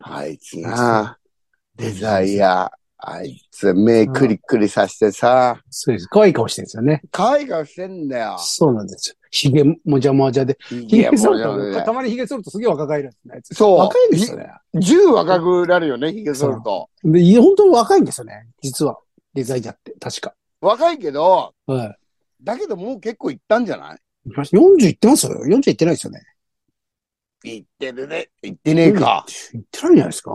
Speaker 2: あいつな、デザイア。あいつ、目クリックリさせてさ、
Speaker 1: そうです。可愛い顔してるんですよね。
Speaker 2: 可愛い顔してんだよ。
Speaker 1: そうなんですよ。ひげもじゃもじゃで。ひ
Speaker 2: い
Speaker 1: げ
Speaker 2: や、も
Speaker 1: 剃
Speaker 2: う
Speaker 1: る
Speaker 2: ちょっ
Speaker 1: と、
Speaker 2: と
Speaker 1: た
Speaker 2: ね
Speaker 1: まにひげ剃るとすげえ若返るんですねあいつ。
Speaker 2: そう
Speaker 1: 若いんですよね。
Speaker 2: 銃若くなるよね、ヒゲ剃ると。
Speaker 1: で、いや本当に若いんですよね。実は。デザイナーって、確か。
Speaker 2: 若いけど、
Speaker 1: は
Speaker 2: だけどもう結構行ったんじゃない
Speaker 1: い。40いってますよ。40いってないですよね。
Speaker 2: 行ってるね。行ってねえか。
Speaker 1: いってないんじゃないですか。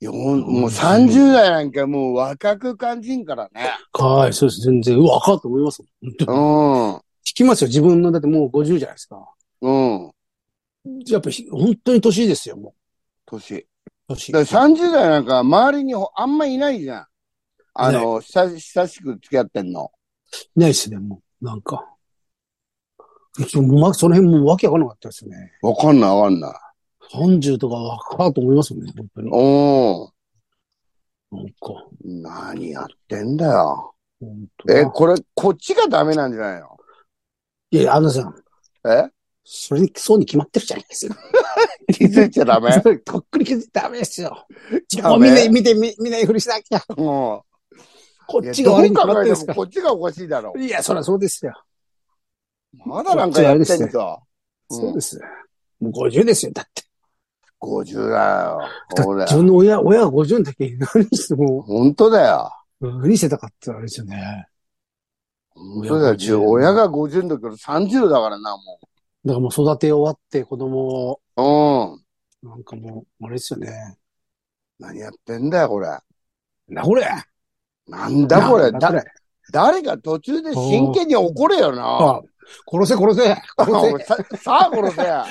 Speaker 2: よんもう30代なんかもう若く感じんからね。
Speaker 1: かわいそうです。全然。うわ、若いと思いますもん。本当に
Speaker 2: う
Speaker 1: 聞きますよ。自分の、だってもう50じゃないですか。
Speaker 2: ん。うん。
Speaker 1: やっぱひ、本当に年ですよ、も
Speaker 2: 年。
Speaker 1: う。年。
Speaker 2: だから30代なんか周りにほあんまいないじゃん。あの、親親しく付き合ってんの。
Speaker 1: いないですね、もう。なんか。そうま、その辺もうわけわかんなかったですよね。
Speaker 2: わかんないわかんない。
Speaker 1: 30とか若いと思いますもんね、本当に。
Speaker 2: おー
Speaker 1: なんか。
Speaker 2: 何やってんだよ。
Speaker 1: 本当
Speaker 2: え、
Speaker 1: だ
Speaker 2: これ、こっちがダメなんじゃないの
Speaker 1: いやいや、あのさん、
Speaker 2: え
Speaker 1: それに、そうに決まってるじゃないですか。
Speaker 2: 気づいち ゃダメ
Speaker 1: それとっくに気づいてダメですよ。自
Speaker 2: ダ
Speaker 1: 分
Speaker 2: メ
Speaker 1: 見ない、見て、見見ないふりしなきゃ。
Speaker 2: も
Speaker 1: こ
Speaker 2: う。い
Speaker 1: っ
Speaker 2: や
Speaker 1: ちが悪いに決
Speaker 2: ど
Speaker 1: まってるん
Speaker 2: う考え
Speaker 1: で
Speaker 2: て
Speaker 1: す
Speaker 2: も
Speaker 1: か
Speaker 2: こっちがおかしいだろ
Speaker 1: ら。。いや、そりゃそうですよ。
Speaker 2: まだなんかやってんぞ。う、
Speaker 1: そうんです。もう50ですよ、だって。
Speaker 2: 50だ
Speaker 1: だ
Speaker 2: よ。
Speaker 1: って
Speaker 2: 俺。
Speaker 1: 自分の親、親が50の時に何しても、
Speaker 2: 本当だよ。
Speaker 1: 何してたかってあれですよね。
Speaker 2: 本当だよ。自分親が50の時から30だからな、も
Speaker 1: だからもう育て終わって子供を、
Speaker 2: う。うん。
Speaker 1: なんかもう、あれですよね。
Speaker 2: 何やってんだよ、これ。
Speaker 1: な、これ
Speaker 2: なんだこれ。
Speaker 1: な
Speaker 2: だ、誰が途中で真剣に怒れよな。
Speaker 1: あ、殺せ殺せ
Speaker 2: お いささあ、このせや。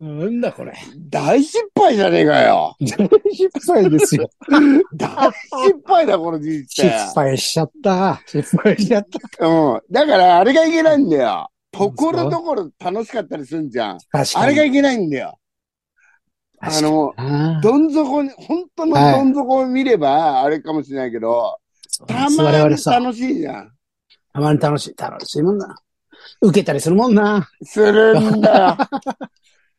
Speaker 1: なんだこれ。
Speaker 2: 大失敗じゃねえかよ。
Speaker 1: 失敗です よ。
Speaker 2: 大失敗だ、この事実
Speaker 1: 失
Speaker 2: って。
Speaker 1: 敗しちゃった。失敗しちゃっ
Speaker 2: うん。だから、あれがいけないんだよ。ところどころ楽しかったりすんじゃん。
Speaker 1: た。確かに。
Speaker 2: あれがいけないんだよ。あの、
Speaker 1: あー、
Speaker 2: どん底に、本当のどん底を見れば、あれかもしれないけど、
Speaker 1: そう
Speaker 2: た
Speaker 1: 我
Speaker 2: ま
Speaker 1: 々
Speaker 2: に
Speaker 1: さ、
Speaker 2: 楽しいじゃん。
Speaker 1: たまに楽しい、楽しいもんな。受けたりするもんな。
Speaker 2: するんだよ。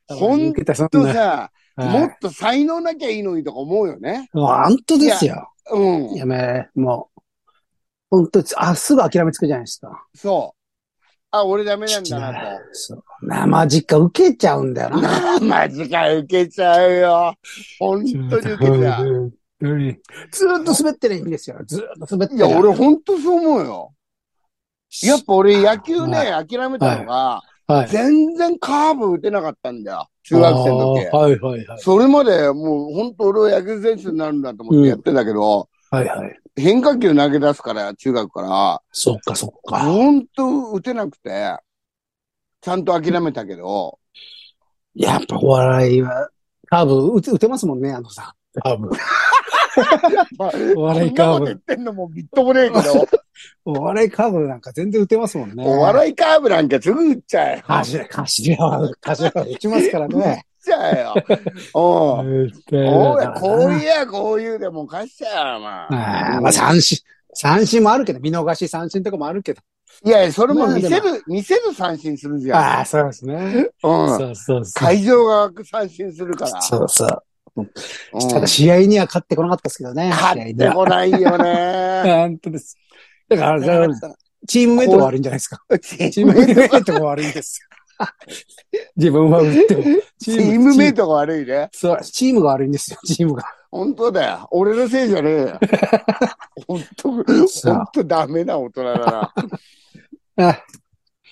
Speaker 1: たまに受けたりするもんな。
Speaker 2: とさ、
Speaker 1: は
Speaker 2: もっと才能なきゃいいのにとか思うよね。
Speaker 1: いもう本当ですよ。
Speaker 2: うん。
Speaker 1: やめ、もう。本当あ、すぐ諦めつくじゃないですか。
Speaker 2: そう。あ、俺ダメなんだな
Speaker 1: そう。生実家受けちゃうんだよ
Speaker 2: と。
Speaker 1: な。
Speaker 2: まあ、マジか、受けちゃうよ。本当に受けちゃう。
Speaker 1: うんずーっと滑ってりゃいいんですよ。ずーっと滑って
Speaker 2: い
Speaker 1: りゃ
Speaker 2: や、俺本当そう思うよ。やっぱ俺野球ね、諦めたのが、
Speaker 1: はい。
Speaker 2: 全然カーブ打てなかったんだよ。中学生の時
Speaker 1: あー。はいはいはい。
Speaker 2: それまでもう本当俺は野球選手になるんだと思ってやってんだけど、
Speaker 1: はいはい。
Speaker 2: 変化球投げ出すから、中学から、
Speaker 1: そっかそっか。
Speaker 2: 本当打てなくて、ちゃんと諦めたけど、
Speaker 1: やっぱお笑いは、カーブ打て打てますもんね、あのさ。カーブ。
Speaker 2: まあ、
Speaker 1: お
Speaker 2: こ
Speaker 1: 笑い
Speaker 2: んな
Speaker 1: カー
Speaker 2: こと
Speaker 1: ブ
Speaker 2: 言。ってんのもみっとも ねえけど、
Speaker 1: お笑いカーブなんか全然打てますもんね。
Speaker 2: お笑いカーブなんかすぐ打っちゃえよ。打っ
Speaker 1: 頭、頭は、頭は打ちますからね。
Speaker 2: ちゃえよ。 おう
Speaker 1: 打って
Speaker 2: おい、こういや、こういうでもう貸しちゃえよ、お前。
Speaker 1: あーまあ、三振。三振もあるけど、見逃し三振とかもあるけど。
Speaker 2: いやいや、それも
Speaker 1: まあ
Speaker 2: 見
Speaker 1: でも
Speaker 2: せる、見せる三振するじ
Speaker 1: あ
Speaker 2: ゃ
Speaker 1: あ、そうですね。
Speaker 2: ん。うん。
Speaker 1: そうそうそう。
Speaker 2: 会場が三振するから。
Speaker 1: そうそう。
Speaker 2: うん
Speaker 1: ただ試合には勝ってこなかったですけどね。
Speaker 2: 勝
Speaker 1: 試合
Speaker 2: っ
Speaker 1: に
Speaker 2: て
Speaker 1: は
Speaker 2: こないよ ね。
Speaker 1: 本当です。だから、だ
Speaker 2: だか
Speaker 1: からら チームメイトが悪いんじゃないですか。チームメイトが悪いんですよ。 自分は打っても。チ
Speaker 2: チームメイ
Speaker 1: ト。
Speaker 2: トが悪いね。
Speaker 1: そう、チームが悪いんですよ、チームが。
Speaker 2: 本当だよ。俺のせいじゃね えよ。本当、本当ダメな大人だ
Speaker 1: あ、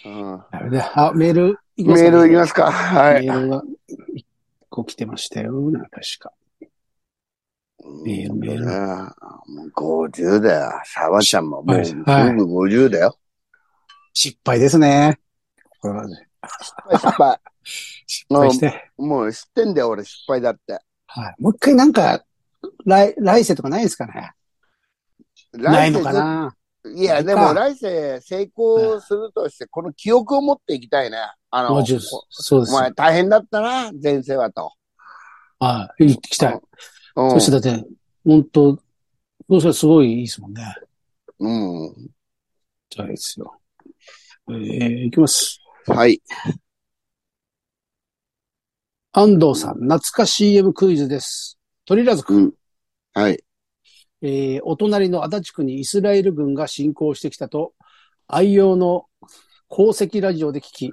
Speaker 2: な。
Speaker 1: あれだあメールい
Speaker 2: う
Speaker 1: き
Speaker 2: ん、
Speaker 1: ます
Speaker 2: メ
Speaker 1: か
Speaker 2: ールいきますか。はい
Speaker 1: メ。ールが一個来てましたよ、なんか確か。メールメール
Speaker 2: もう50だよ。沢ちゃんもも
Speaker 1: は
Speaker 2: う
Speaker 1: い
Speaker 2: すぐ50だよ。
Speaker 1: 失敗ですね。これはね、
Speaker 2: 失敗。
Speaker 1: 失敗して。
Speaker 2: もう知ってんだよ、俺失敗だって。
Speaker 1: はい。もう一回なんか、来、来世とかないですかねないのかな
Speaker 2: 世いや、でも来世成功するとして、この記憶を持っていきたいね。あの、
Speaker 1: もう十そうで
Speaker 2: お
Speaker 1: すよ。
Speaker 2: 前大変だったな、前世はと。
Speaker 1: はい。行きたい。
Speaker 2: うん
Speaker 1: そしてだって、本当そうしたらすごいいいですもんね。
Speaker 2: うん。
Speaker 1: じゃあいいですよ。えー、いきます。
Speaker 2: はい。
Speaker 1: 安藤さん、懐か CM クイズです。とりあえず、
Speaker 2: うん。はい。
Speaker 1: えー、お隣の足立区にイスラエル軍が侵攻してきたと、愛用の鉱石ラジオで聞き、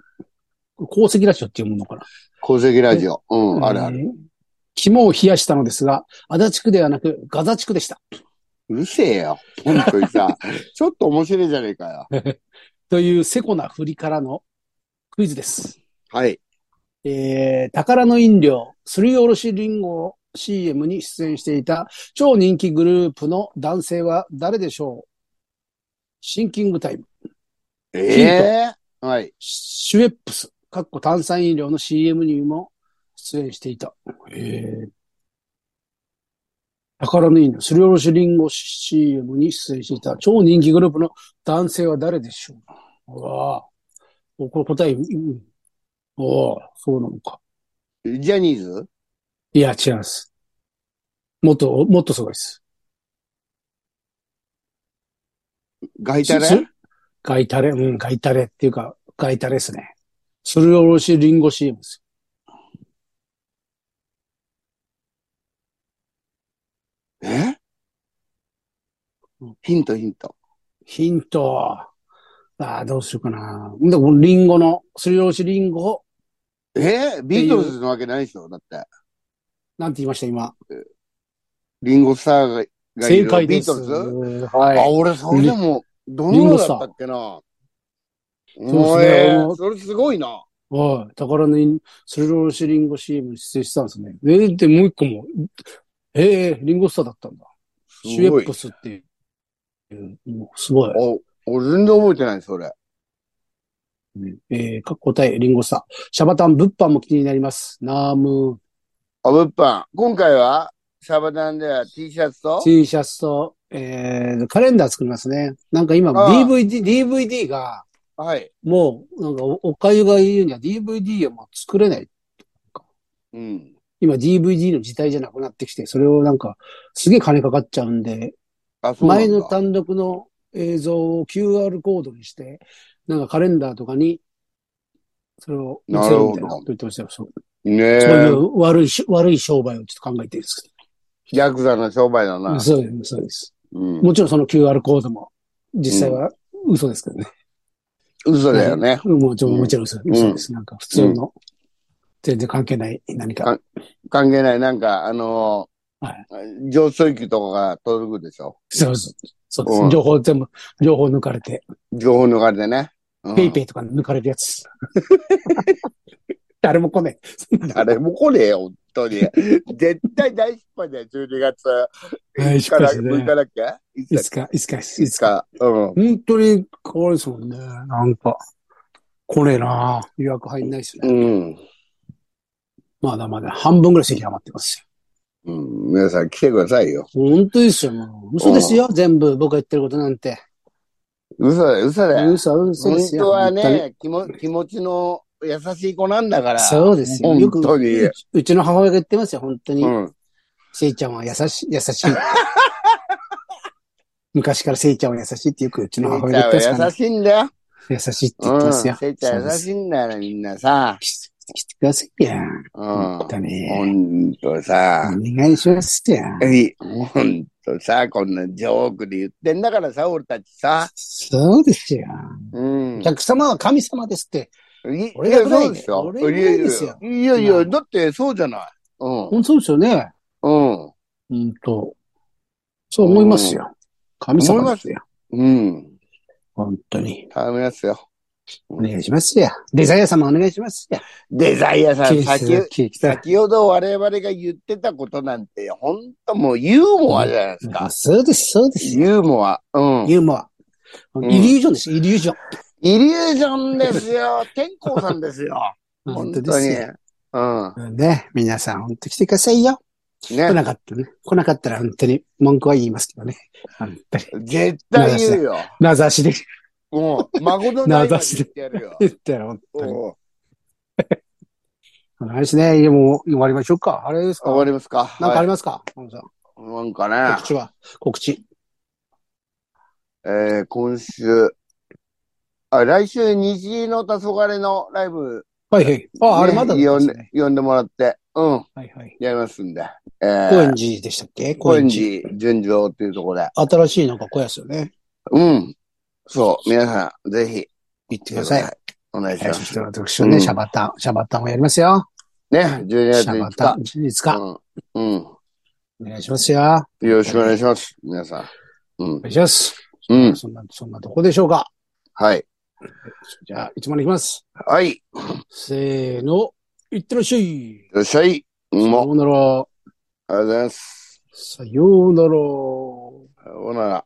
Speaker 1: 鉱石ラジオっていうものかな
Speaker 2: 功績ラジオ。うん、あるある。
Speaker 1: る。えー肝を冷やしたのですが、足立区ではなくガザ地区でした。
Speaker 2: うるせえよ。本当に さ、ちょっと面白いじゃねえかよ。
Speaker 1: というセコな振りからのクイズです。
Speaker 2: はい。
Speaker 1: えー、宝の飲料、すりおろしりんご CM に出演していた超人気グループの男性は誰でしょうシンキングタイム。
Speaker 2: ええはい。
Speaker 1: シュエップス、かっこ炭酸飲料の CM にも出演していた。えー、宝の飲料、すりおろしりんご CM に出演していた超人気グループの男性は誰でしょううわぁ。おこれ答え、うん、おぉ、そうなのか。
Speaker 2: ジャニーズ
Speaker 1: いや、違います。もっと、もっとすごいです。
Speaker 2: ガイタレ
Speaker 1: すすガイタレ、うん、ガイタレっていうか、ガイタレですね。すりおろしリンゴ CM です。
Speaker 2: え
Speaker 1: うん
Speaker 2: ヒントヒント。
Speaker 1: ヒント。ああ、どうしようかな。で、このリンゴの、すりおろしリンゴ、
Speaker 2: えビートルズのわけないでしょだって。
Speaker 1: なんて言いました、今。
Speaker 2: リンゴスターががいる
Speaker 1: 正解です。
Speaker 2: ビートルズあ、
Speaker 1: は
Speaker 2: 俺、それでも、どんなのだったっけなお
Speaker 1: ね
Speaker 2: いそれすごいな。
Speaker 1: い。はい。宝のインすりおろしリンゴ CM に出演してたんですね。えー、で、もう一個も。ええー、リンゴスターだったんだ。
Speaker 2: す
Speaker 1: シュエ
Speaker 2: ご
Speaker 1: ッ
Speaker 2: い
Speaker 1: プ。スっていう。うんすごい。
Speaker 2: お、俺全然覚えてない、それ。
Speaker 1: うんえー、かっこ対リンゴさん。シャバタン、物販も気になります。ナーム
Speaker 2: あ、物販。今回は、シャバダンでは T シャツと、
Speaker 1: T シャツと、えー、カレンダー作りますね。なんか今
Speaker 2: ああ
Speaker 1: DVD、DVD が、
Speaker 2: はい。
Speaker 1: もう、なんかお、おかゆが言うには DVD をもう作れない。
Speaker 2: うん。
Speaker 1: 今 DVD の時代じゃなくなってきて、それをなんか、すげえ金かかっちゃうんで、
Speaker 2: あ、そうなん
Speaker 1: 前
Speaker 2: だ
Speaker 1: の単独の映像を QR コードにして、なんかカレンダーとかに、それを載せるみたい
Speaker 2: なる
Speaker 1: な
Speaker 2: ほど
Speaker 1: こと言ってましたよ。そう
Speaker 2: ね
Speaker 1: そうい
Speaker 2: え。
Speaker 1: う悪いし、悪い商売をちょっと考えてるんですけ
Speaker 2: ヤクザの商売だな
Speaker 1: ど。。そうです、そうです。
Speaker 2: うん。
Speaker 1: もちろんその QR コードも、実際は嘘ですけどね。
Speaker 2: 嘘だよね。
Speaker 1: もちろん、もちろん嘘嘘です。なんか普通の、全然関係ない何か。
Speaker 2: 関係ない。なんか、あのー
Speaker 1: は
Speaker 2: 浄水器とかが届くでしょ。
Speaker 1: そうそうそうです
Speaker 2: うん
Speaker 1: 情報全部、情報抜かれて、
Speaker 2: 情報抜かれてね。うん
Speaker 1: ペイペイとか抜かれるやつ。 誰も来ね
Speaker 2: 誰も来ねえよ、本 当に。絶対大失敗だよ、12月。
Speaker 1: え。はい、失
Speaker 2: から
Speaker 1: 敗してね
Speaker 2: 6日だっけい
Speaker 1: い
Speaker 2: つだっ
Speaker 1: つか、いつか、い
Speaker 2: けいつ
Speaker 1: つか。
Speaker 2: か。うん。
Speaker 1: 本当に可愛いですもんね。なんか、来ねえな予約入んないですね。
Speaker 2: うん。
Speaker 1: まだまだ半分ぐらい席余ってます
Speaker 2: うん、皆さん来てくださいよ。
Speaker 1: よ。本当ですよ、もう。嘘ですよ、全部僕が言ってることなんて。
Speaker 2: 嘘だよ、嘘だよ。
Speaker 1: 嘘、嘘で
Speaker 2: 本
Speaker 1: すよ。
Speaker 2: 当は
Speaker 1: 本当に。
Speaker 2: ね、気も気持ちの優しい子なんだから。
Speaker 1: そうですよ。よく
Speaker 2: 本当に。
Speaker 1: うちうちの母親が言ってますよ、本当に
Speaker 2: う。ん。
Speaker 1: せいちゃんは優しい、優し い。昔からせいちゃんは優しいってよくうち
Speaker 2: せい
Speaker 1: の
Speaker 2: ちゃん
Speaker 1: 母親が言ってますから
Speaker 2: は優
Speaker 1: ね。
Speaker 2: しいんだよ。
Speaker 1: 優しいって言ってま
Speaker 2: うん。
Speaker 1: すよ。
Speaker 2: せいちゃん優しいんだよね、みんなさ。
Speaker 1: そうです来てくださいや。
Speaker 2: うん。
Speaker 1: 本当に。
Speaker 2: ほんとさ。
Speaker 1: お願いしますよ。
Speaker 2: いほんとさ、こんなジョークで言ってんだからさ、俺たちさ。
Speaker 1: そうですよ。
Speaker 2: うん。
Speaker 1: お
Speaker 2: いや
Speaker 1: 客様は神様ですって。俺
Speaker 2: い
Speaker 1: が
Speaker 2: や、
Speaker 1: ぐらいで
Speaker 2: そうですよ。
Speaker 1: 俺ぐらいですよ
Speaker 2: いやいやいやいや、だってそうじゃない。う
Speaker 1: 本当そうですよね。
Speaker 2: ん。うん。
Speaker 1: うんと。そう思いますよ。神様ですよ。
Speaker 2: うん。
Speaker 1: 本当に。
Speaker 2: 頼みますよ。
Speaker 1: お願いしますよ。デザイア様お願いしますよ。
Speaker 2: デザイアさん、先
Speaker 1: 聞いて聞いて
Speaker 2: 先ほど我々が言ってたことなんて、ほんともうユーモアじゃないですか。
Speaker 1: そうです、そうです。
Speaker 2: ユーモア。うん。
Speaker 1: ユーモア。
Speaker 2: ん
Speaker 1: イリュージョンです、イリュージョン。
Speaker 2: イリュージョンですよ。天候さんですよ。
Speaker 1: 本
Speaker 2: 本
Speaker 1: 当で
Speaker 2: 当
Speaker 1: す
Speaker 2: に
Speaker 1: よ。。
Speaker 2: うん。
Speaker 1: ね、皆さん本当来てくださいよ。来
Speaker 2: ね。
Speaker 1: なかったね。来なかったら本当に文句は言いますけどね。本当に。
Speaker 2: 絶対言うよ。
Speaker 1: 名指しで
Speaker 2: もう、孫の代まで言ってやるよ。
Speaker 1: 言ったら本当に。
Speaker 2: おう
Speaker 1: この話ね、でもう終わりましょうか。あれですか
Speaker 2: 終わりますか。
Speaker 1: なんかあ
Speaker 2: はい
Speaker 1: りますか、本さん
Speaker 2: なんかね
Speaker 1: 告、知は告知。
Speaker 2: えー、今週、あ、来週、虹の黄昏のライブ、
Speaker 1: はいはい。あ、あれ
Speaker 2: ね
Speaker 1: まだ
Speaker 2: 呼ん
Speaker 1: です
Speaker 2: で
Speaker 1: ね。、
Speaker 2: 呼んでもらって、うん、
Speaker 1: はいはい。
Speaker 2: やりますんで。え
Speaker 1: 高
Speaker 2: ー
Speaker 1: 円、寺でしたっけ
Speaker 2: 高
Speaker 1: 高
Speaker 2: 円
Speaker 1: 円寺。
Speaker 2: 寺純情っていうところで。
Speaker 1: 新しいなんか小屋ですよね。
Speaker 2: うん。そう、皆さん、ぜひ、
Speaker 1: 行ってください。は。
Speaker 2: お願いし
Speaker 1: い、
Speaker 2: ま
Speaker 1: そし
Speaker 2: す。
Speaker 1: て私はね、
Speaker 2: うん
Speaker 1: シャバタン、シャバタンをやりますよ。
Speaker 2: ね、12
Speaker 1: シ
Speaker 2: 月
Speaker 1: ャバ
Speaker 2: 5
Speaker 1: タ
Speaker 2: 日
Speaker 1: ン、。いつか。
Speaker 2: うん。う
Speaker 1: お願いしますよ。お
Speaker 2: ん。よろしくお願いします。皆さん。うん。
Speaker 1: 願いします。
Speaker 2: うん。
Speaker 1: そんな、そんなとこでしょうか。
Speaker 2: はい。
Speaker 1: じゃあ、いつものいきます。
Speaker 2: はい。い
Speaker 1: せーの、いってらっしゃい。
Speaker 2: らっしゃい。
Speaker 1: さ
Speaker 2: もう
Speaker 1: ようなら。
Speaker 2: ありがとうございます。
Speaker 1: さようなら。
Speaker 2: さようなら。